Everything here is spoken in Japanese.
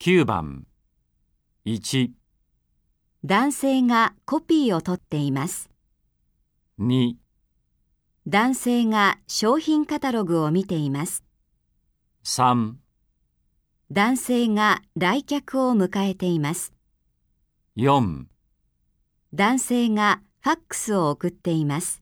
9番1、男性がコピーを取っています。 2、男性が商品カタログを見ています。 3、男性が来客を迎えています。 4男性がファックスを送っています。